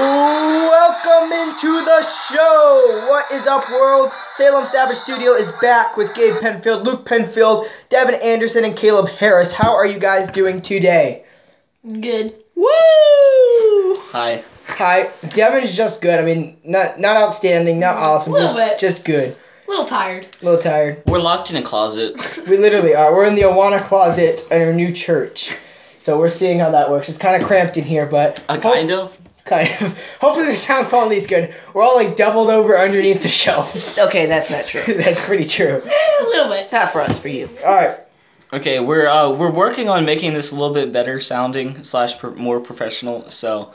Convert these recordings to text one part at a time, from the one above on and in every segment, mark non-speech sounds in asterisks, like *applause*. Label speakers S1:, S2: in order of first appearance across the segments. S1: Welcome into the show. What is up, world? Salem Savage Studio is back with Gabe Penfield, Luke Penfield, Devin Anderson, and Caleb Harris. How are you guys doing today?
S2: Good.
S1: Woo!
S3: Hi.
S1: Hi, Devin's just good. I mean, not not outstanding, not awesome,
S2: Mm, Little
S1: just
S2: bit.
S1: just good.
S2: Little tired. *laughs*
S1: A little tired.
S3: We're locked in a closet.
S1: We literally are. We're in the Awana closet in our new church, so we're seeing how that works. It's kind of cramped in here, but
S4: Oh.
S3: A kind of.
S1: Kind of. *laughs* Hopefully the sound quality is good. We're all like doubled over underneath the shelves.
S4: *laughs* Okay, that's not true.
S1: *laughs* That's pretty true.
S2: A little bit.
S4: Not for us, for you.
S1: All right.
S3: Okay, we're uh, we're working on making this a little bit better sounding slash pro- more professional. So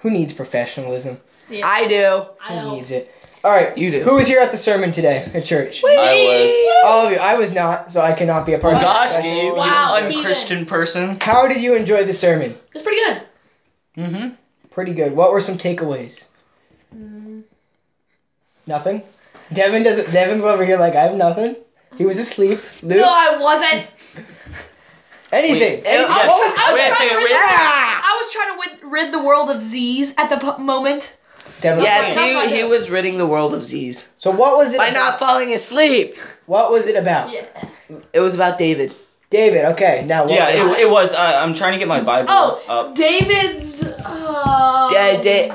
S1: Who needs professionalism?
S2: Yeah.
S4: I do.
S2: I
S1: Who
S2: don't.
S1: needs it? All right.
S4: You do.
S1: Who was here at the sermon today at church?
S3: I was.
S4: Oh.
S1: All of you. I was not, so I cannot be a part
S3: Oh
S1: of the
S3: gosh,
S1: discussion.
S3: you,
S2: Wow,
S3: you unchristian person.
S1: How did you enjoy the sermon?
S2: It's pretty good.
S3: Mm-hmm.
S1: Pretty good. What were some takeaways?
S2: Mm,
S1: Nothing. Devin doesn't. Devin's over here like I have nothing. He was asleep. Luke.
S2: No, I wasn't.
S1: anything.
S3: Wait,
S1: Any-
S3: yes.
S1: what was-
S2: I was
S3: Wait a second,
S2: trying to
S3: wait a
S2: read-
S3: second.
S2: I was trying to win- rid the world of Z's at the p- moment.
S1: Devin.
S4: Yes,
S2: Sounds like
S4: he, he
S2: it.
S4: was ridding the world of Z's
S1: So what was it?
S4: by
S1: about?
S4: not falling asleep.
S1: What was it about?
S2: Yeah.
S4: It was about David.
S1: David. Okay. Now. What
S3: Yeah, it, it was. Uh, I'm trying to get my Bible
S2: Oh,
S3: up.
S2: David's. Uh,
S4: Da- da-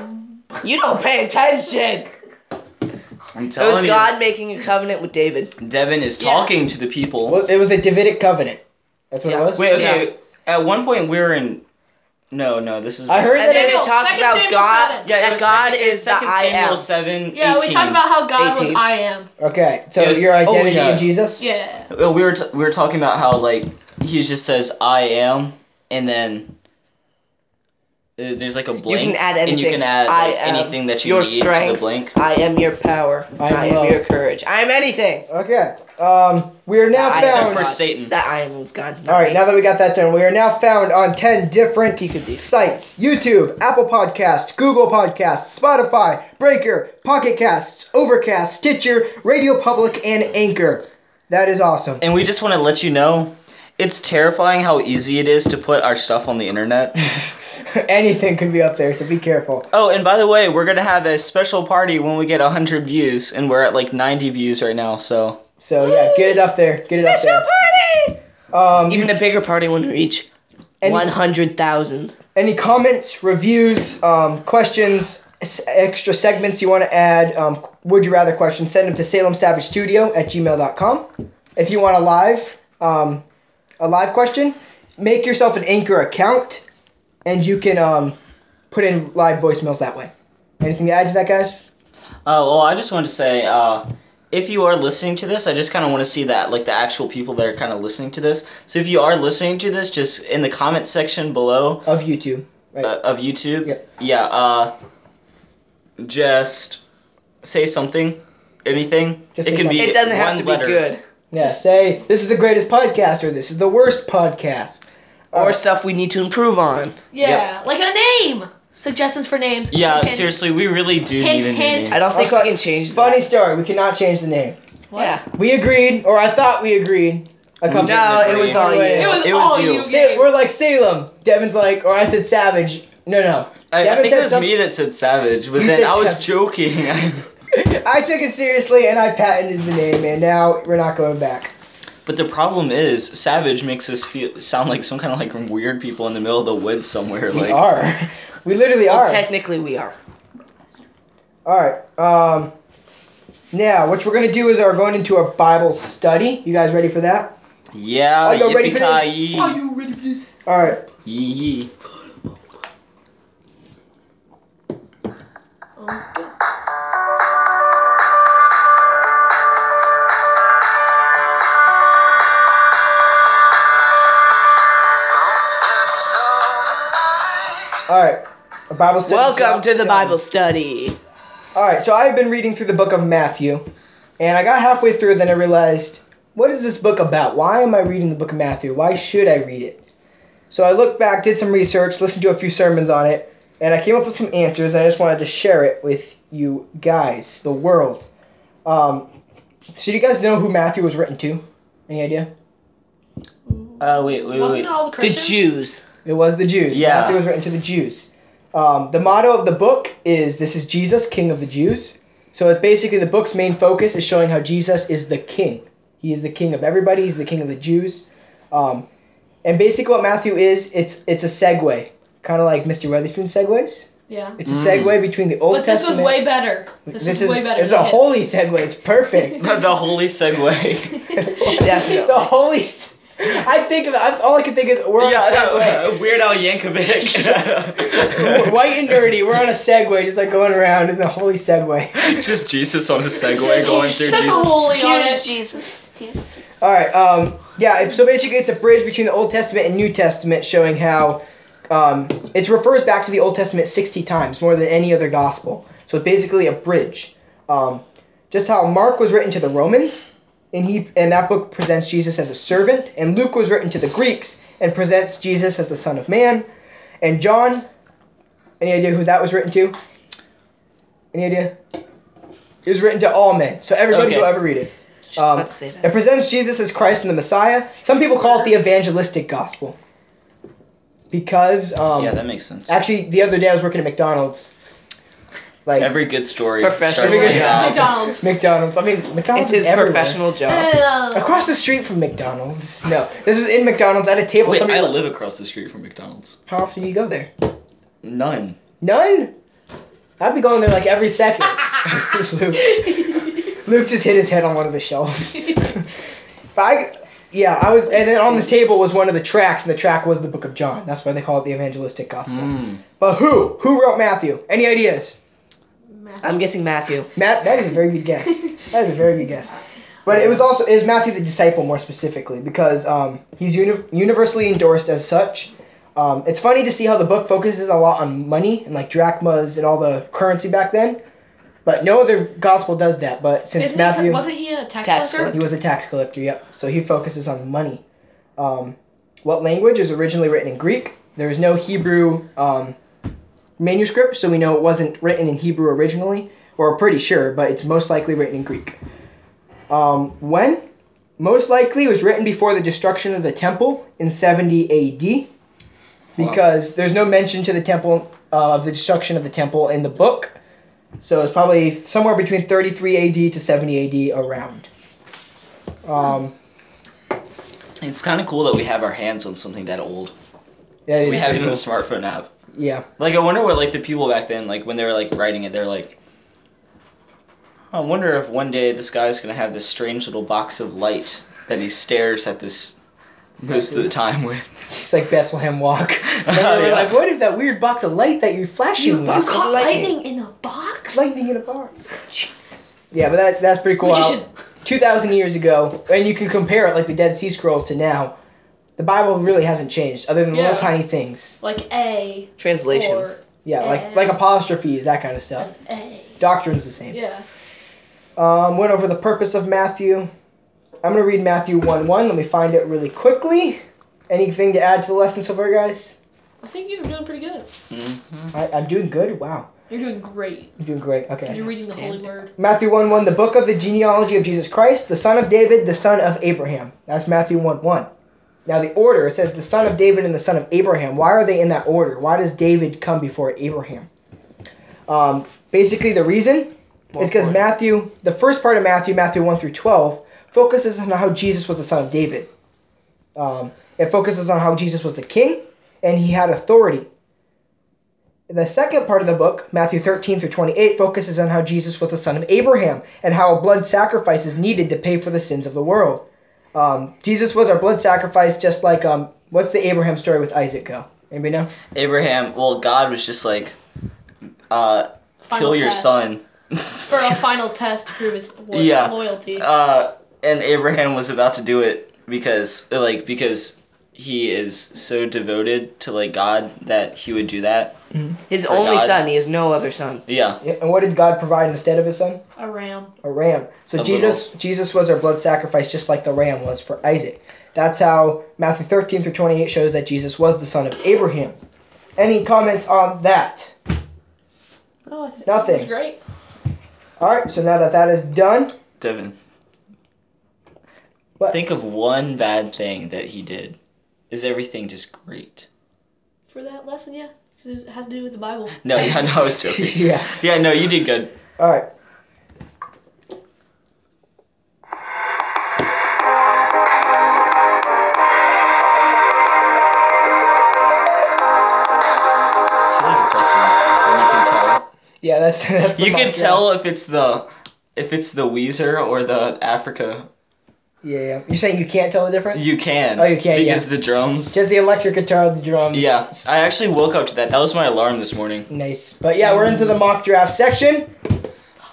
S4: You don't pay attention.
S3: I'm
S4: It was
S3: telling
S4: God making a covenant with David.
S3: you, Devin is
S2: Yeah.
S3: talking to the people.
S1: Well, it was a Davidic covenant. That's what it
S4: Yeah.
S1: was.
S3: Wait, okay. At one point, we were in. No, no, this is.
S1: I heard
S4: And
S1: that
S4: then
S1: it.
S2: no,
S4: it talked
S2: Second
S4: about
S2: Samuel
S4: God.
S2: seven.
S3: Yeah, it
S4: that
S3: was
S4: God
S3: second,
S4: is the
S3: second
S4: I
S3: Samuel
S4: am.
S3: seven.
S2: Yeah, we
S3: 18.
S2: talked about how God was
S4: 18.
S2: I am.
S1: Okay. So
S3: uh, Yes.
S1: your
S3: Oh,
S1: identity
S3: yeah.
S1: in Jesus.
S2: Yeah.
S3: Well, Uh, we were t- we were talking about how like he just says I am, and then uh, there's like a blank,
S4: can add
S3: and you
S4: anything.
S3: can add
S4: I
S3: like,
S4: am
S3: anything that you
S4: your
S3: need to
S4: strength.
S3: the blank.
S4: I am your power.
S1: I
S4: I
S1: am
S4: am,
S1: love.
S4: your courage. I am anything.
S1: Okay. Um, we are now
S4: I
S3: Except
S4: am
S3: for
S1: found.
S4: God.
S3: Satan.
S4: That I am was God. not
S1: All right.
S4: me.
S1: Now that we got that done, we are now found on ten different
S4: could be.
S1: sites: YouTube, Apple Podcasts, Google Podcasts, Spotify, Breaker, Pocket Casts, Overcast, Stitcher, Radio Public, and Anchor. That is awesome. *laughs*
S3: And we just want to let you know, it's terrifying how easy it is to put our stuff on the internet.
S1: Anything could be up there, so be careful.
S3: oh, and by the way, we're gonna have a special party when we get hundred views, and we're at like ninety views right now. So
S1: So yeah, get it up there. Get it up
S4: Special
S1: there.
S4: party.
S1: Um,
S4: Even a bigger party when we reach
S1: Any-
S4: one hundred thousand.
S1: any comments, reviews, um, questions, s- extra segments you want to add, um, would you rather questions, send them to salemsavagestudio at gmail.com. If you want a live, um, a live question, make yourself an Anchor account, and you can um, put in live voicemails that way. Anything to add to that, guys?
S3: Oh, well, I just wanted to say, uh, if you are listening to this, I just kind of want to see that, like the actual people that are kind of listening to this. So if you are listening to this, just in the comment section below
S1: Of YouTube.
S3: uh, of YouTube,
S1: Yep.
S3: yeah, uh, just say something, anything.
S1: Just
S3: it
S1: say
S3: can be
S1: something.
S4: It doesn't have
S3: one
S4: to be
S3: letter.
S4: good.
S1: Yeah, say, this is the greatest podcast, or this is the worst podcast.
S4: Or stuff we need to improve on.
S2: Yeah. Like a name. Suggestions for names.
S3: Yeah,
S2: Hint, hint.
S3: seriously, we really do
S2: Hint,
S3: need a new
S2: hint.
S4: I
S3: name.
S4: don't think
S1: Also,
S4: we can change
S1: Funny
S4: that.
S1: story, we cannot change the name.
S2: What?
S4: Yeah.
S1: We agreed, or I thought we agreed. A couple
S4: No, it was all you.
S2: It was,
S3: It was
S2: all
S3: you.
S2: you.
S1: Sa-
S2: Gabe.
S1: we're like Salem. Devin's like, or I said Savage. No, no. *laughs*
S3: I, I
S1: Devin
S3: think
S1: said
S3: it was
S1: some-
S3: me that said savage, but
S1: You
S3: then
S1: said
S3: I was
S1: savage.
S3: joking. *laughs*
S1: I took it seriously and I patented the name, and now we're not going back.
S3: But the problem is, savage makes us feel sound like some kind of like weird people in the middle of the woods somewhere.
S1: We
S3: like,
S1: are. *laughs* We literally
S4: Well,
S1: are.
S4: technically we are.
S1: All right. Um. Now, what we're gonna do is we're going into a Bible study. You guys ready for that?
S3: yeah,
S1: Are y'all ready for
S3: yippee
S1: this?
S2: Are you ready for this?
S1: All right.
S3: yee yee.
S1: All right. A Bible study.
S4: Welcome
S1: job
S4: to the
S1: done.
S4: Bible study.
S1: All right. So I've been reading through the book of Matthew, and I got halfway through, then I realized, what is this book about? Why am I reading the book of Matthew? Why should I read it? So I looked back, did some research, listened to a few sermons on it, and I came up with some answers. And I just wanted to share it with you guys, the world. Um, so do you guys know who Matthew was written to? Any idea?
S3: Uh, wait, wait,
S2: Wasn't
S3: wait.
S2: it all the
S4: The
S2: Christians?
S4: Jews.
S1: It was the Jews.
S3: Yeah.
S1: Matthew was written to the Jews. Um, the motto of the book is "This is Jesus, King of the Jews." So it basically the book's main focus is showing how Jesus is the King. He is the King of everybody. He's the King of the Jews. Um, and basically, what Matthew is, it's it's a segue, kind of like Mr. Weatherspoon segues.
S2: Yeah.
S1: It's a
S3: Mm.
S1: segue between the Old
S2: But this
S1: Testament.
S2: was way better. This,
S1: This is
S2: was way better.
S1: this is a
S2: kids.
S1: holy segue. It's perfect. *laughs*
S3: *laughs* *laughs* The, the holy segue.
S4: *laughs* Definitely.
S1: the holy. s- I think of I, all I can think is we're on
S3: yeah,
S1: a segue.
S3: *laughs* no, uh, Weird Al Yankovic.
S1: *laughs* White and dirty. We're on a segue, just like going around in the holy segue.
S3: *laughs* Just Jesus on a
S2: It
S3: segue
S2: says-
S3: going
S2: it
S3: through
S2: says
S3: Jesus.
S2: holy on
S4: Here's
S2: it.
S4: Jesus.
S1: All right. Um, yeah. it- So basically, it's a bridge between the Old Testament and New Testament, showing how um, it refers back to the Old Testament sixty times more than any other gospel. So it's basically a bridge. Um, just how Mark was written to the Romans, and he and that book presents Jesus as a servant, and Luke was written to the Greeks and presents Jesus as the Son of Man, and John. Any idea who that was written to? Any idea? It was written to all men, so everybody
S3: Okay.
S1: will ever read it.
S4: Just
S1: Um,
S4: about to say
S1: It
S4: that.
S1: presents Jesus as Christ and the Messiah. Some people call it the evangelistic gospel because um,
S3: yeah, that makes sense.
S1: actually the other day I was working at McDonald's. Like
S3: Every good story
S4: Professional
S3: starts with uh,
S1: job.
S3: that.
S2: McDonald's.
S1: McDonald's, I mean McDonald's
S4: It's his
S1: is everywhere.
S3: *laughs*
S4: professional job.
S2: Ugh.
S1: Across the street from McDonald's. No, this was in McDonald's at a table.
S3: Wait,
S1: somebody
S3: I
S1: like,
S3: live across the street from McDonald's.
S1: How often do you go there?
S3: None.
S1: None. I'd be going there like every second. *laughs*
S3: *laughs*
S1: Luke just hit his head on one of the
S2: *laughs*
S1: shelves. but I, yeah, I was, and then on the table was one of the tracks, and the track was the Book of John. That's why they call it the evangelistic gospel.
S3: Mm.
S1: But who? Who wrote Matthew? Any ideas?
S4: *laughs* I'm guessing Matthew.
S1: Matt, that is a very good
S2: *laughs*
S1: guess. that is a very good guess. But it was also is Matthew the disciple more specifically because um, he's uni- universally endorsed as such. Um, it's funny to see how the book focuses a lot on money and like drachmas and all the currency back then, but no other gospel does that. But since
S2: Isn't
S1: Matthew,
S2: he, wasn't he a tax,
S4: Tax
S2: collector?
S1: he was a tax collector. Yep. So he focuses on money. Um, what language is originally written in Greek? There is no Hebrew um, manuscript, so we know it wasn't written in Hebrew originally. Or we're pretty sure, but it's most likely written in Greek. Um, when? Most likely it was written before the destruction of the temple in 70 AD, because there's no mention to the temple uh, of the destruction of the temple in the book. So it's probably somewhere between 33 AD to 70 AD around. Um,
S3: It's kind of cool that we have our hands on something that old.
S1: yeah, it
S3: We
S1: is
S3: have it
S1: pretty
S3: in a
S1: cool.
S3: smartphone app.
S1: Yeah.
S3: Like, I wonder what, like, the people back then, like, when they were, like, writing it, they're like, I wonder if one day this guy's going to have this strange little box of light that he stares at this most of the time with.
S1: *laughs* It's like Bethlehem Walk. And they
S3: *laughs* Oh,
S1: were
S3: yeah.
S1: like, what is that weird box of light that you're flashing
S4: You
S1: with?
S2: You
S4: Box of
S2: caught
S4: lightning.
S2: lightning in a box?
S1: Lightning in a box. Yeah, but that, that's pretty cool.
S4: Which you
S1: how
S4: should-
S1: 2,000 years ago, and you can compare it like the Dead Sea Scrolls to now, the Bible really hasn't changed other than
S2: Yeah.
S1: little tiny things.
S2: Like A
S4: Translations.
S2: or
S1: Yeah,
S2: Eh.
S1: like like apostrophes, that kind of
S2: an
S1: stuff.
S2: A.
S1: Doctrine's the same.
S2: Yeah.
S1: Um, went over the purpose of Matthew. I'm going to read Matthew 1 1. Let me find it really quickly. Anything to add to the lesson so far, guys?
S2: I think you're doing pretty good.
S3: Mm-hmm.
S1: I, I'm doing good? Wow.
S2: You're doing great.
S1: I'm doing great. Okay.
S2: You're reading the Holy
S4: Outstanding.
S2: Word.
S1: Matthew 1 1, the book of the genealogy of Jesus Christ, the son of David, the son of Abraham. That's Matthew 1 1. Now, the order it says the son of David and the son of Abraham. Why are they in that order? Why does David come before Abraham? Um, basically, the reason
S4: More
S1: is because
S4: important.
S1: Matthew, the first part of Matthew, Matthew 1 through 12, focuses on how Jesus was the son of David. Um, it focuses on how Jesus was the king and he had authority. The second part of the book, Matthew 13 through 28, focuses on how Jesus was the son of Abraham and how a blood sacrifice is needed to pay for the sins of the world. Um, Jesus was our blood sacrifice, just like um, what's the Abraham story with Isaac go? Anybody know?
S3: Abraham, well, God was just like, uh,
S2: Final
S3: kill your
S2: test.
S3: son.
S2: For
S3: *laughs*
S2: a final test to prove his lo-
S3: Yeah.
S2: loyalty.
S3: uh, and Abraham was about to do it because like because he is so devoted to like God that he would do that.
S4: His
S3: For
S4: only
S3: God.
S4: son. He has no other son.
S3: Yeah.
S1: Yeah, And what did God provide instead of his son?
S2: a ram.
S1: A ram. So
S3: A
S1: Jesus, Jesus was our blood sacrifice, just like the ram was for Isaac. That's how Matthew 13 through 28 shows that Jesus was the son of Abraham. Any comments on that?
S2: Oh, I think
S1: Nothing.
S2: It was great.
S1: All right. So now that that is done, *laughs*
S3: Devin.
S1: What?
S3: Think of one bad thing that he did. Is everything just great?
S2: For that lesson, yeah. 'Cause It has to do with the Bible.
S3: No, yeah, *laughs* no, I was joking.
S1: *laughs* yeah.
S3: Yeah, no, you did good.
S1: All right.
S3: It's really depressing when you can tell.
S1: Yeah, that's *laughs* that's. The
S3: You can
S1: month, yeah.
S3: tell if it's the if it's the Weezer or the Africa.
S1: Yeah, yeah. You're saying you can't tell the difference?
S3: You can.
S1: Oh, you can,
S3: Because the drums.
S1: Just the electric guitar, the drums.
S3: yeah, I actually woke up to that. That was my alarm this morning.
S1: Nice. But yeah, we're into the mock draft section.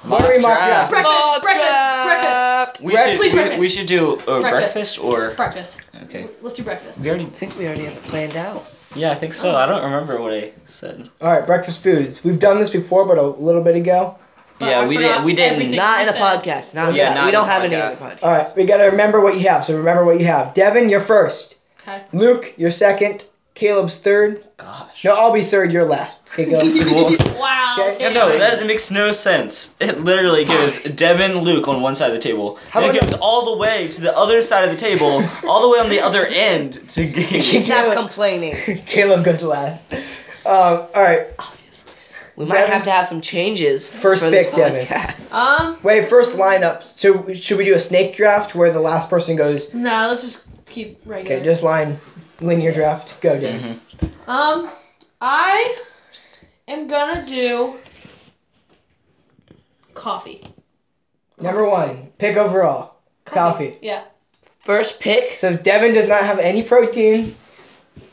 S1: What do we mock draft?
S2: Breakfast,
S4: Mock
S2: breakfast,
S4: draft.
S3: We
S1: Brec-
S3: should
S2: please
S3: we,
S2: breakfast.
S3: we should do uh, breakfast
S2: Breakfast.
S3: or
S2: Breakfast.
S3: okay.
S2: Let's do breakfast.
S3: We already
S4: I think we already have it planned out.
S3: yeah I think
S2: Oh.
S3: so. I don't remember what I said.
S1: All right, breakfast foods. We've done this before, but a little bit ago.
S2: But
S3: yeah,
S2: I
S3: we
S2: forgot
S3: did. We didn't.
S2: everything.
S4: Not in a
S2: so-
S4: podcast. Not in a
S3: Yeah,
S4: pod-
S3: not
S4: We
S3: in
S4: don't
S3: a
S4: have any
S3: podcast.
S4: in the podcast.
S1: All right, we gotta remember what you have. So remember what you have. Devin, you're first.
S2: Okay.
S1: Luke, you're second. Caleb's third.
S3: *laughs* Gosh.
S1: No, I'll be third. You're last. Okay, Caleb.
S3: *laughs* Cool.
S2: Wow.
S1: Okay.
S3: Yeah,
S2: *laughs*
S3: no, that makes no sense. It literally goes Devin, Luke on one side of the table.
S1: How
S3: then it
S1: about
S3: goes all the way to the other side of the table, all the way on the other end *laughs* to Gabe.
S4: *laughs* Stop complaining.
S1: Caleb goes last. Um, all right.
S2: Obviously.
S4: We might
S1: Devin-
S4: have to have some changes.
S1: First
S4: for this
S1: pick, Devin.
S4: podcast.
S3: Uh,
S2: Um.
S1: Wait, first lineup. So should we do a snake draft where the last person goes?
S2: No, let's just keep regular.
S1: Okay, just line, linear draft. Go, Devin.
S3: Mhm.
S2: Um, I am gonna do coffee.
S4: Mm-hmm.
S1: Number one, pick overall. Coffee.
S2: Yeah.
S4: First pick.
S1: So Devin does not have any protein,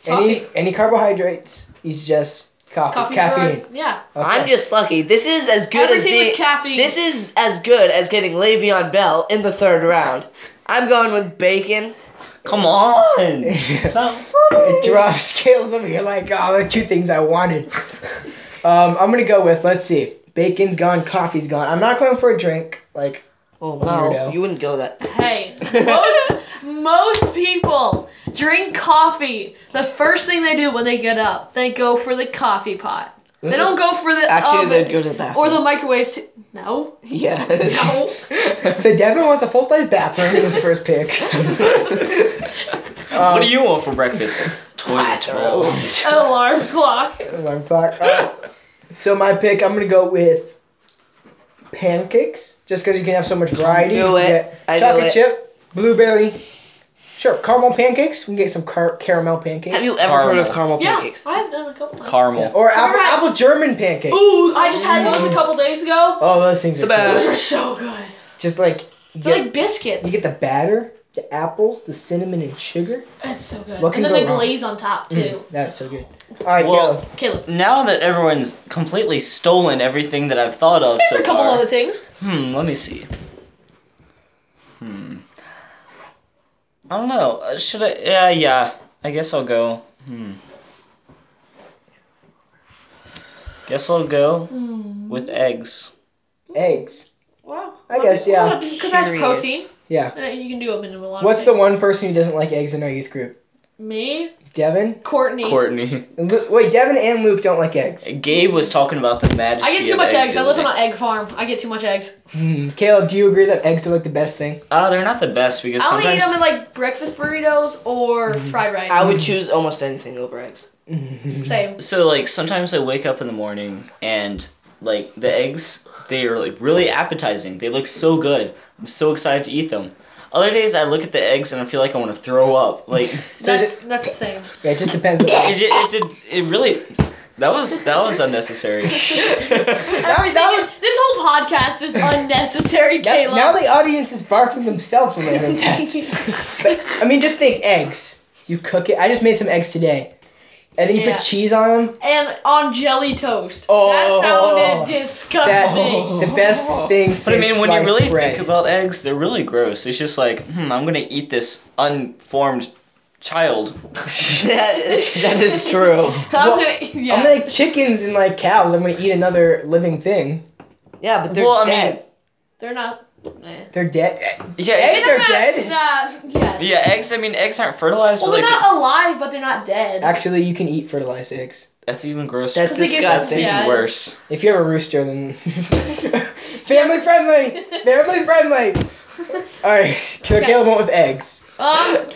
S1: any
S2: Coffee.
S1: any carbohydrates. He's just coffee,
S2: Coffee.
S1: caffeine.
S2: for- yeah.
S1: Okay.
S4: I'm just lucky. This is as good
S2: Everything
S4: as being.
S2: with caffeine.
S4: This is as good as getting Le'Veon Bell in the third round. I'm going with bacon. Oh,
S3: Come *laughs* on. It's
S1: it
S3: not funny.
S1: drops *laughs* scales over here like oh, the two things I wanted. um, I'm gonna go with let's see, bacon's gone, coffee's gone. I'm not going for a drink. Like *laughs*
S4: Oh
S1: Weirdo.
S4: no, you wouldn't go that. *laughs*
S2: Hey, most most people drink coffee. The first thing they do when they get up, they go for the coffee pot. They don't go for the
S4: Actually,
S2: oven
S4: they'd go to the bathroom.
S2: Um, or the microwave. T- no.
S4: yeah. *laughs*
S2: No.
S1: So Devin wants a full size bathroom in his first pick. *laughs*
S3: what do you want for breakfast? Toilet roll.
S2: An
S1: *laughs*
S2: alarm clock.
S1: Alarm clock.
S3: uh,
S4: *laughs*
S1: Alright. So my pick, I'm gonna go with pancakes, just because you can have so much variety.
S4: knew
S1: You can
S4: it.
S1: get
S4: I knew
S1: chocolate
S4: it.
S1: chip, blueberry. Sure, caramel pancakes. We can get some car- caramel pancakes.
S4: Have you ever heard of caramel
S2: Yeah,
S4: pancakes?
S2: I have done a couple. times.
S3: Caramel.
S1: Or apple,
S2: Remember how-
S1: apple German pancakes.
S2: Ooh, I just had those a couple days ago.
S1: Oh, those things are
S4: The
S1: cool.
S4: best.
S2: Those are so good.
S1: Just like you
S2: They're
S1: get,
S2: like biscuits.
S1: you get the batter, the apples, the cinnamon and sugar.
S2: That's so good.
S1: What
S2: and
S1: can go
S2: then the
S1: wrong? Mm.
S2: glaze on top too.
S1: That's so good. All right,
S3: Well,
S1: Caleb.
S2: Caleb,
S3: Now that everyone's completely stolen everything that I've thought of
S2: there's
S3: so
S2: a couple
S3: far.
S2: other things.
S3: Hmm, let me see. Hmm. I don't know. Uh, Should I? Yeah, yeah. I guess I'll go. Hmm. Guess I'll go with eggs.
S1: eggs.
S2: Wow.
S1: Hmm. I guess, yeah.
S2: Because that's
S4: Curious.
S2: protein.
S1: Yeah.
S2: And you can do them in a lot.
S1: What's the
S2: of
S1: one person who doesn't like eggs in our youth group?
S2: the me
S1: Devin.
S2: Courtney?
S3: Courtney.
S1: And Lu- Wait, Devin and Luke don't like eggs.
S3: Gabe was talking about the majesty
S2: I get too
S3: of
S2: much
S3: eggs
S2: eggs.
S3: the
S2: I
S3: other
S2: live on
S3: day.
S2: an egg farm. I get too much eggs.
S1: Hmm. Caleb, do you agree that eggs are like the best thing?
S3: Uh, they're not the best because
S2: I only eat
S3: sometimes.
S2: them in like breakfast burritos or
S1: Mm-hmm.
S2: fried rice.
S4: I would choose almost anything over eggs. *laughs*
S2: Same.
S3: So like sometimes I wake up in the morning and like the eggs they are like really appetizing. They look so good. I'm so excited to eat them. Other days I look at the eggs and I feel like I want to throw up. Like it
S2: That's that's the same.
S1: Yeah, it just depends. on-
S3: *laughs* it did it, it really that was that was unnecessary.
S2: Everything. this whole podcast is unnecessary,
S1: Now,
S2: Caleb.
S1: now the audience is barfing themselves when they heard that. But, I mean, just think eggs. You cook it. I just made some eggs today. And then you
S2: Yeah.
S1: put cheese on them.
S2: and on jelly toast.
S1: Oh.
S2: that sounded disgusting.
S1: That the best thing.
S3: But I mean, when you really
S1: bread.
S3: think about eggs, they're really gross. It's just like, hmm, I'm gonna eat this unformed child. *laughs*
S4: that, is, that is true.
S2: I'm
S1: Well,
S2: gonna, yeah.
S1: I'm like chickens and like cows. I'm gonna eat another living thing.
S4: Yeah, but they're
S3: Well, I mean-
S4: dead.
S2: They're not. eh.
S1: They're dead.
S3: yeah,
S1: Eggs
S3: it's just,
S1: are dead?
S2: Nah, yes.
S3: yeah, eggs. I mean, eggs aren't fertilized,
S2: Well,
S3: but
S2: they're
S3: like
S2: not alive, but they're not dead.
S1: Actually, you can eat fertilized eggs.
S3: that's even grosser.
S4: That's
S2: 'Cause they get-
S3: that's even
S2: yeah.
S4: disgusting.
S3: worse.
S1: If you have a rooster, then *laughs* family friendly. Family friendly. All right, so
S2: Okay.
S1: Caleb went with eggs.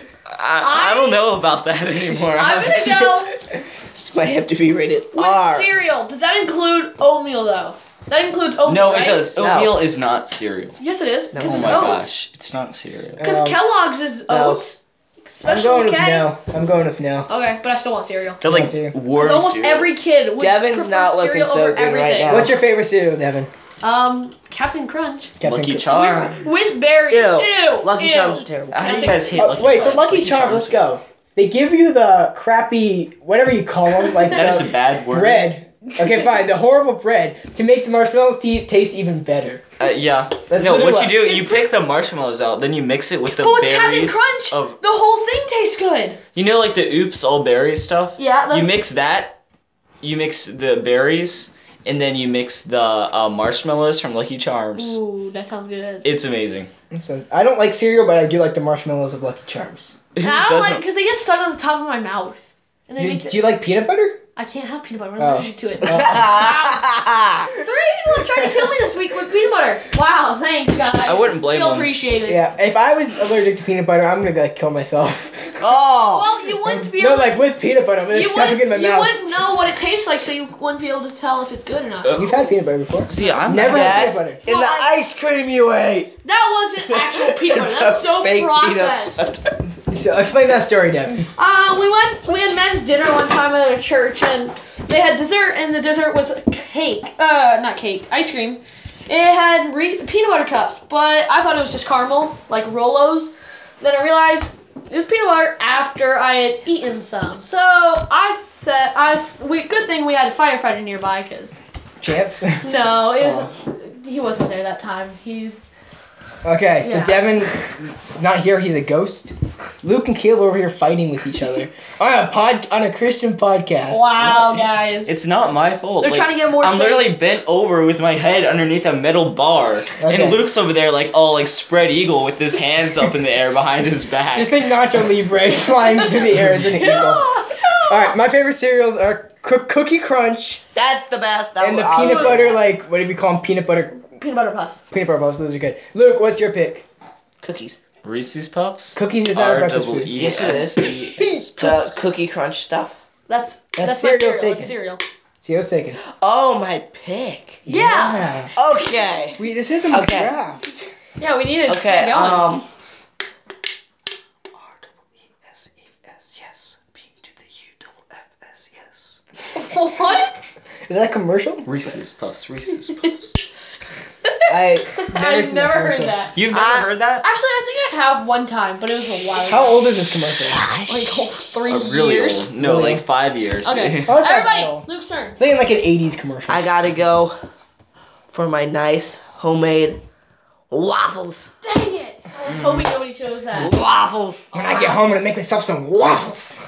S2: *laughs* Um,
S3: I, I don't know
S2: *laughs*
S3: about that anymore.
S2: I'm gonna go
S1: *laughs*
S4: This might have to be rated
S2: with
S4: R.
S2: cereal. Does that include oatmeal though? That includes oatmeal.
S3: *laughs* No, it
S2: right?
S3: does.
S4: No.
S3: Oatmeal is not cereal.
S2: Yes, it is.
S4: No.
S2: Because
S3: Oh
S2: it's
S3: my
S2: oats.
S3: gosh, it's not cereal.
S2: Because
S1: Um,
S2: Kellogg's is
S4: no.
S2: oats.
S1: I'm
S2: Special
S1: going with
S2: K.
S1: no. I'm going with no.
S2: Okay, but I still want cereal.
S3: They're
S1: Not cereal.
S3: like warm
S2: Because almost
S3: cereal.
S2: every kid would
S4: Devin's
S2: prefer
S4: not
S2: cereal
S4: looking so
S2: over
S4: good right
S2: everything.
S4: now.
S1: What's your favorite cereal, Devin?
S2: Um, Captain Crunch.
S1: Captain
S3: Lucky
S1: Crunch.
S3: Charms.
S2: With berries.
S4: Ew.
S2: Ew. Ew.
S4: Lucky Charms are terrible.
S3: How do you
S2: Captain-
S3: guys hate
S1: Oh,
S3: Lucky
S1: wait,
S3: Charms?
S1: so Lucky, Charms, let's go. They give you the crappy, whatever you call them, like
S3: That is
S1: the
S3: a bad word.
S1: bread. *laughs*
S3: *laughs*
S1: Okay, fine, the horrible bread to make the marshmallows te- taste even better.
S3: Uh, yeah.
S1: That's
S3: no,
S1: literally
S3: what you do,
S2: what-
S3: you pick the marshmallows out, then you mix it with the
S2: But with Captain
S3: berries
S2: Crunch,
S3: of
S2: the whole thing tastes good.
S3: you know like the oops all berries stuff.
S2: Yeah, that's
S3: You mix that, you mix the berries, and then you mix the uh, marshmallows from Lucky Charms.
S2: Ooh, that sounds good.
S3: It's amazing. *laughs*
S1: So I don't like cereal, but I do like the marshmallows of Lucky Charms.
S3: Who
S2: And I don't like
S3: doesn't?
S2: because they get stuck on the top of my mouth, and they
S1: Do,
S2: make the,
S1: do you like peanut butter?
S2: I can't have peanut butter. I'm
S1: Oh.
S2: allergic to it.
S1: Oh.
S2: *laughs* Three people have tried to kill me this week with peanut butter. Wow, thanks guys.
S3: I wouldn't blame
S2: Feel
S3: them.
S2: appreciated.
S1: Yeah, if I was allergic to peanut butter, I'm gonna like kill myself.
S4: *laughs* oh.
S2: Well, you wouldn't
S1: *laughs*
S2: be
S1: no,
S2: able.
S1: like with peanut butter, I'm
S2: you
S1: like stuffing it in my
S2: wouldn't, you
S1: mouth.
S2: wouldn't know what it tastes like, so you wouldn't be able to tell if it's good or not.
S3: Uh,
S1: You've had peanut butter before.
S3: See, I'm
S1: Never had
S3: not-
S4: Yes.
S1: peanut butter.
S4: In the ice cream you ate.
S2: That wasn't actual peanut
S3: *laughs*
S2: butter. That's so
S4: Fake peanut
S2: processed.
S4: butter.
S1: So explain that story, Devin.
S2: Uh, we went. We had men's dinner one time at a church, and they had dessert, and the dessert was cake. Uh, not cake, ice cream. It had re- peanut butter cups, but I thought it was just caramel, like Rolos. Then I realized it was peanut butter after I had eaten some. So I said, I s- we good thing we had a firefighter nearby, cause
S1: Chance.
S2: no, it was he wasn't there that time. He's
S1: Okay, so
S2: Yeah.
S1: Devin, not here. He's a ghost. Luke and Caleb over here fighting with each
S2: *laughs*
S1: other on a pod on a Christian podcast.
S2: wow, guys.
S3: It's not my fault.
S2: They're
S3: like,
S2: trying to get more
S3: I'm literally
S2: space.
S3: bent over with my head underneath a metal bar,
S1: Okay.
S3: and Luke's over there like all like spread eagle with his hands up in the air behind his
S1: *laughs*
S3: back.
S1: Just think Nacho
S2: *laughs*
S1: Libre *laughs* flying through the air as an eagle. All right, my favorite cereals are Coo- Cookie Crunch
S4: That's the best. That
S1: and the
S4: was-
S1: peanut butter, like whatever you call them, peanut butter
S2: peanut butter puffs.
S1: peanut butter puffs. Those are good. Luke, what's your pick?
S4: cookies.
S3: Reese's Puffs.
S1: Cookies is not a breakfast
S3: double
S1: food.
S3: E
S4: Yes, it
S3: S E S
S4: is. The
S3: Puffs.
S4: cookie crunch stuff.
S2: That's
S1: That's
S2: that's, my
S1: cereal's
S2: cereal.
S1: taken.
S2: That's cereal.
S1: See, I was taken.
S4: Oh, my pick.
S2: Yeah.
S4: Okay.
S1: We, this isn't a
S4: Okay.
S1: draft.
S2: Yeah, we need to
S4: *laughs* Okay.
S2: get going.
S4: Um.
S2: *laughs* what?
S1: Is that a commercial?
S3: *laughs* Reese's Puffs. Reese's Puffs.
S2: *laughs*
S1: I never
S2: I've
S1: seen that
S2: never heard
S1: commercial.
S2: that.
S3: You've never
S4: Uh,
S3: heard that?
S2: Actually, I think I have one time, but it was a while.
S1: How
S2: ago.
S1: old is this commercial?
S2: Like oh, three
S3: Uh, really
S2: years.
S3: old. No,
S1: Really?
S3: like five years. *laughs*
S2: Okay.
S1: Oh, it's not that old.
S2: Everybody, Luke's turn.
S1: I'm thinking like an 80s commercial.
S4: I gotta go for my nice homemade waffles.
S2: Dang it! I
S1: Mm-hmm.
S2: was hoping nobody chose that.
S4: Waffles.
S1: When I get home, I'm gonna make myself some waffles.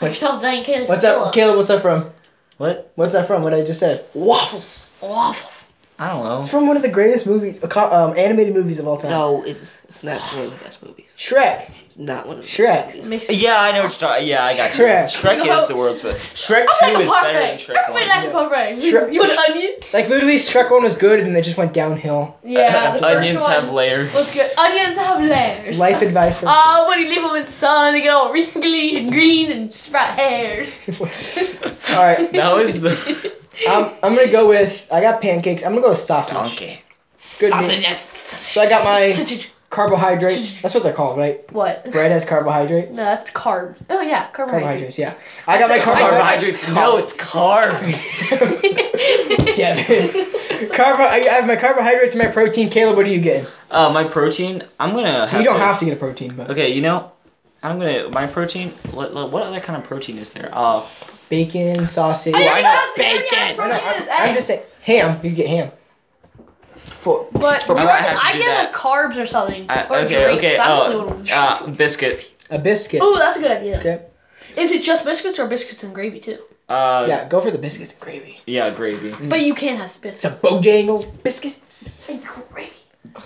S2: Like, tell dang kid.
S1: What's that, Caleb? What's that from?
S3: What?
S1: What's that from? What I just said?
S4: Waffles.
S2: Waffles.
S3: I don't know.
S1: It's from one of the greatest movies, uh, co- um, animated movies of all time.
S4: No, it's it's not one of the best movies.
S1: Shrek.
S4: It's not one of the
S1: Shrek.
S4: best movies.
S2: Makes
S3: Yeah, I know. What you're talking. Yeah, I got you.
S1: Shrek.
S3: Shrek is the world's best. Shrek
S2: I'm
S3: Two
S2: like a
S3: is better than
S2: parfait.
S3: Shrek One.
S2: Everybody likes a parfait.
S1: Shrek-
S2: You want an onion?
S3: *laughs*
S1: Like literally, Shrek one was good, and it just went downhill.
S2: *laughs*
S1: *laughs*
S3: *laughs*
S2: Yeah, the first
S3: Onions
S2: one
S3: have layers.
S2: was good. Onions have layers.
S1: Life advice from. *laughs*
S2: Oh, when you leave them in sun, they get all wrinkly and green and sprout hairs.
S1: all right,
S3: That was
S2: *laughs*
S3: the
S1: I'm, I'm gonna go with. I got pancakes. I'm gonna go with sausage. Good meat. So I got my carbohydrate. That's what they're called, right?
S2: What?
S1: Bread has carbohydrate.
S2: No, that's carb. Oh yeah, carbohydrates.
S1: Carbohydrates, yeah. I got my
S2: That's like
S1: carbohydrate.
S3: *laughs*
S2: *laughs*
S3: Carbohydrates. No, it's carbs.
S1: Devin. Carbo- I I have my carbohydrate to my protein. Caleb, what are you getting?
S3: *laughs* Uh, my protein. I'm gonna. Have
S1: You don't
S3: to,
S1: have to get a protein, but
S3: Okay, you know, I'm gonna my protein. What, what other kind of protein is there? Uh,
S1: bacon, sausage.
S2: I
S3: Why
S2: know
S3: not
S2: that's the area
S4: bacon?
S1: No,
S2: protein
S1: no,
S2: is
S1: I'm, I'm
S2: eggs.
S1: just saying ham. You get ham.
S4: For
S2: But
S4: For
S2: yours-
S3: I have to
S2: I
S3: do
S2: get
S3: that.
S2: like carbs or something.
S3: I,
S2: or
S3: okay,
S2: grapes.
S3: okay.
S2: I don't
S3: Uh,
S2: know.
S3: uh, biscuit.
S1: A biscuit.
S2: Ooh, that's a good idea.
S1: Okay.
S2: Is it just biscuits or biscuits and gravy too?
S3: Uh, yeah.
S1: Yeah, go for the biscuits and gravy.
S3: gravy.
S2: But you can have
S1: It's a
S2: biscuits.
S1: Bojangles biscuits.
S2: And gravy.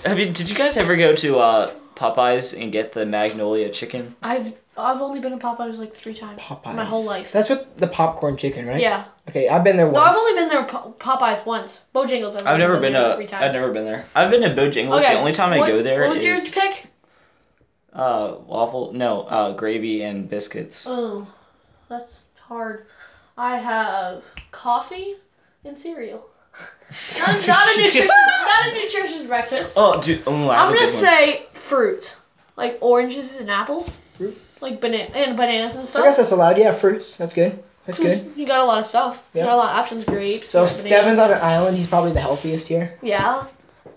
S3: Have you? Did you guys ever go to uh, Popeyes and get the Magnolia chicken?
S2: I've I've only been to Popeyes like three times
S1: Popeyes.
S2: my whole life.
S1: That's with the popcorn chicken, right?
S2: Yeah.
S1: Okay, I've been there once.
S2: No, I've only been there Po- Popeyes once. Bojangles.
S3: I've never been
S2: there
S3: to.
S2: three times.
S3: I've never been there. I've been to Bojangles.
S2: Okay.
S3: The only time I
S2: what,
S3: go there
S2: What was
S3: is
S2: your pick?
S3: Uh, waffle? No, uh, gravy and biscuits. *laughs*
S2: Oh, that's hard. I have coffee and
S3: *laughs*
S2: cereal. Not, not a nutritious, not a nutritious breakfast.
S3: Oh, dude. Oh, I
S2: I'm
S3: have a
S2: gonna
S3: good one.
S2: say fruit, like oranges and apples,
S1: Fruit?
S2: like banana and bananas and
S1: I guess
S2: stuff.
S1: that's allowed. Yeah, fruits. That's good. That's good.
S2: You got a lot of stuff.
S1: Yeah.
S2: You got a lot of options. Grapes.
S1: So
S2: you
S1: if
S2: got bananas.
S1: Steven's on an island, he's probably the healthiest here.
S2: Yeah.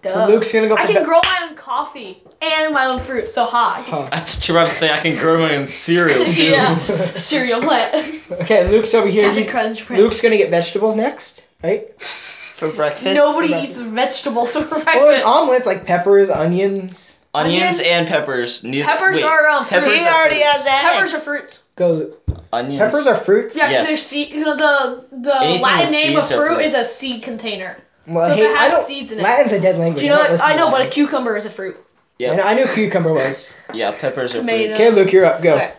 S2: Duh.
S1: So Luke's gonna go.
S2: I
S1: for
S2: can
S1: the-
S2: grow my own coffee and my own fruit. So hi.
S3: *laughs*
S1: Huh.
S3: I thought you were about to say I can grow my
S2: *laughs*
S3: own cereal too.
S2: yeah. Cereal plant.
S1: *laughs*
S2: *laughs*
S1: Okay, Luke's over here.
S2: Captain
S1: He's
S2: Crunch. plant.
S1: Luke's gonna get vegetables next, right?
S4: for breakfast.
S2: Nobody
S1: for
S2: eats vegetables *laughs* for breakfast.
S1: Well, an omelets like peppers, onions.
S3: *laughs* Onions and peppers. Neither,
S2: Peppers
S3: wait,
S2: are um, fruits.
S3: peppers
S4: He
S3: are
S4: already
S3: fruits.
S4: has that.
S2: Peppers are
S4: Eggs.
S2: fruits.
S1: Go. Luke.
S3: Onions.
S1: Peppers are fruits.
S2: Yeah, because
S3: Yes.
S2: they're seed. you know, The the
S3: Anything
S2: Latin
S3: with
S2: name of
S3: seeds are
S2: fruit
S3: fruit.
S2: is a seed container.
S1: Well,
S2: So if
S1: hey,
S2: it
S1: I
S2: has
S1: don't.
S2: seeds in it.
S1: Latin's a dead
S2: Do
S1: language.
S2: you know?
S1: I, don't
S2: What?
S1: listen
S2: I
S1: to
S2: know, but a
S1: Latin.
S2: cucumber is a fruit.
S3: Yeah.
S1: I, know, I knew cucumber
S2: *laughs*
S1: was.
S3: Yeah, peppers are
S2: Tomato.
S3: fruits.
S1: Okay, Luke, you're up. Go.
S2: Okay.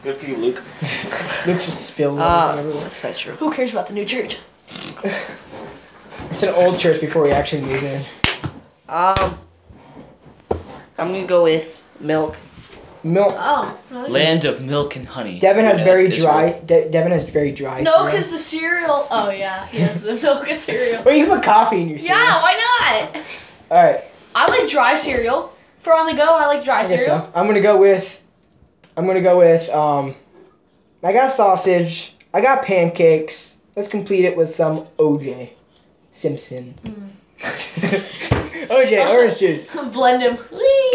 S3: Good for you, Luke.
S1: Luke just
S3: Uh,
S1: spills
S4: Ah,
S1: everything everywhere.
S4: that's not true.
S2: Who cares about the new church?
S1: *laughs* It's an old church before we actually moved in.
S4: Um, I'm gonna go with milk.
S1: Milk.
S2: Oh. nice.
S3: Land of milk and honey.
S1: Devin has
S3: Yeah,
S1: very
S3: that's
S1: dry.
S3: Israel.
S1: De- Devin has very dry.
S2: No,
S1: cereal.
S2: because the cereal. Oh yeah, he has the *laughs* milk and
S1: *laughs*
S2: cereal.
S1: Well, you put coffee in your cereal.
S2: Yeah, why not?
S1: All right.
S2: I like dry cereal. For on the go, I like
S1: I
S2: dry
S1: guess
S2: cereal.
S1: so. I'm gonna go with. I'm gonna go with. Um, I got sausage. I got pancakes. Let's complete it with some OJ Simpson.
S2: Mm.
S1: *laughs* OJ orange juice.
S2: *laughs* Blend them.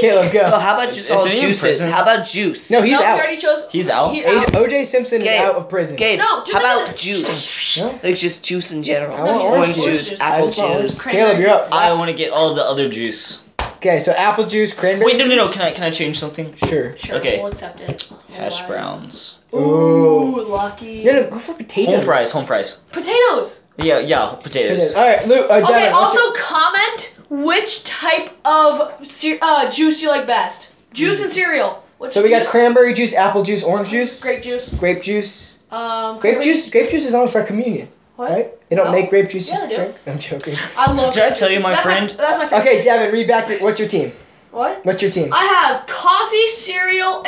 S1: Caleb,
S4: Oh,
S1: go.
S4: how about just all
S3: Isn't he in
S4: juices?
S3: prison?
S4: How about juice?
S1: No, he's
S2: no,
S1: out.
S2: he already chose.
S3: He's out?
S2: He
S1: A- OJ Simpson is
S4: Gabe.
S1: out of prison.
S4: Gabe,
S2: No, just
S4: how about
S2: another-
S4: juice?
S1: *laughs* No?
S4: Like just juice in general.
S1: I want
S2: No, he's
S4: orange
S2: orange
S4: juice,
S2: juice.
S1: I
S4: apple
S1: just want orange.
S4: juice.
S1: Caleb, you're up.
S3: I want to get all the other juice.
S1: Okay, so apple juice, cranberry.
S3: Wait, no, no, no.
S1: juice?
S3: Can I can I change something?
S1: Sure.
S2: Sure,
S3: Okay.
S2: we'll accept it.
S3: Hash
S2: Why?
S3: browns.
S1: Ooh.
S2: Ooh, lucky.
S1: No, no, go for potatoes.
S3: Home fries. Home fries.
S2: Potatoes.
S3: Yeah, yeah. Potatoes.
S1: Potatoes. All right, Luke. Uh, Devin,
S2: Okay.
S1: what's
S2: Also,
S1: your-
S2: comment which type of ce- uh, juice you like best. Juice and cereal. Which
S1: so we got
S2: juice?
S1: cranberry juice, apple juice, orange juice,
S2: grape juice.
S1: grape juice.
S2: Um,
S1: Grape
S2: cranberry-
S1: juice, grape juice is only for communion,
S2: What?
S1: right? They don't
S2: No.
S1: make grape juice.
S2: Oh. Yeah,
S1: just
S2: they do.
S1: drink. I'm
S2: *laughs*
S1: joking.
S2: I love.
S3: Did I
S2: grape
S3: tell you,
S2: juice.
S3: my
S2: That's
S3: friend?
S2: that's my favorite.
S1: Okay, Devin, read back. Your, what's your team?
S2: What?
S1: What's your team?
S2: I have coffee, cereal,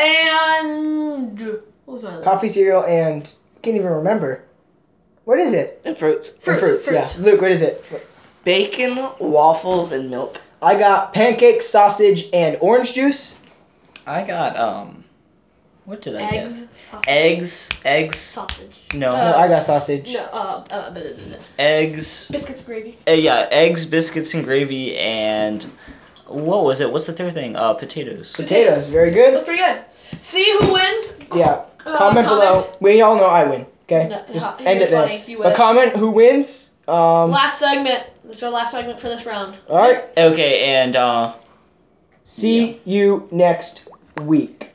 S2: and what was my other?
S1: Coffee, cereal, and I can't even remember. What is it?
S4: And fruits.
S1: And
S2: Fruits, fruits.
S1: Yeah. Luke, what is it?
S4: Bacon, waffles, and milk.
S1: I got pancakes, sausage, and orange juice.
S3: I got um. What did I
S2: Eggs,
S3: get?
S2: sausage.
S3: Eggs. Eggs.
S2: Sausage.
S3: No.
S2: Uh,
S1: No, I got sausage.
S2: No, uh, uh, blah, blah, blah.
S3: eggs.
S2: biscuits, gravy.
S3: Uh, yeah. Eggs, biscuits, and gravy, and what was it? What's the third thing? Uh, potatoes.
S1: Potatoes. Very good.
S2: That's pretty good. See who wins.
S1: Yeah.
S2: Uh,
S1: comment below. We all know I win. Okay.
S2: No, uh,
S1: Just
S2: you're
S1: end it
S2: funny.
S1: there.
S2: You win.
S1: But comment who wins. Um.
S2: Last segment. This is our last segment for this round.
S1: all right.
S3: Okay, and uh.
S1: See you next week.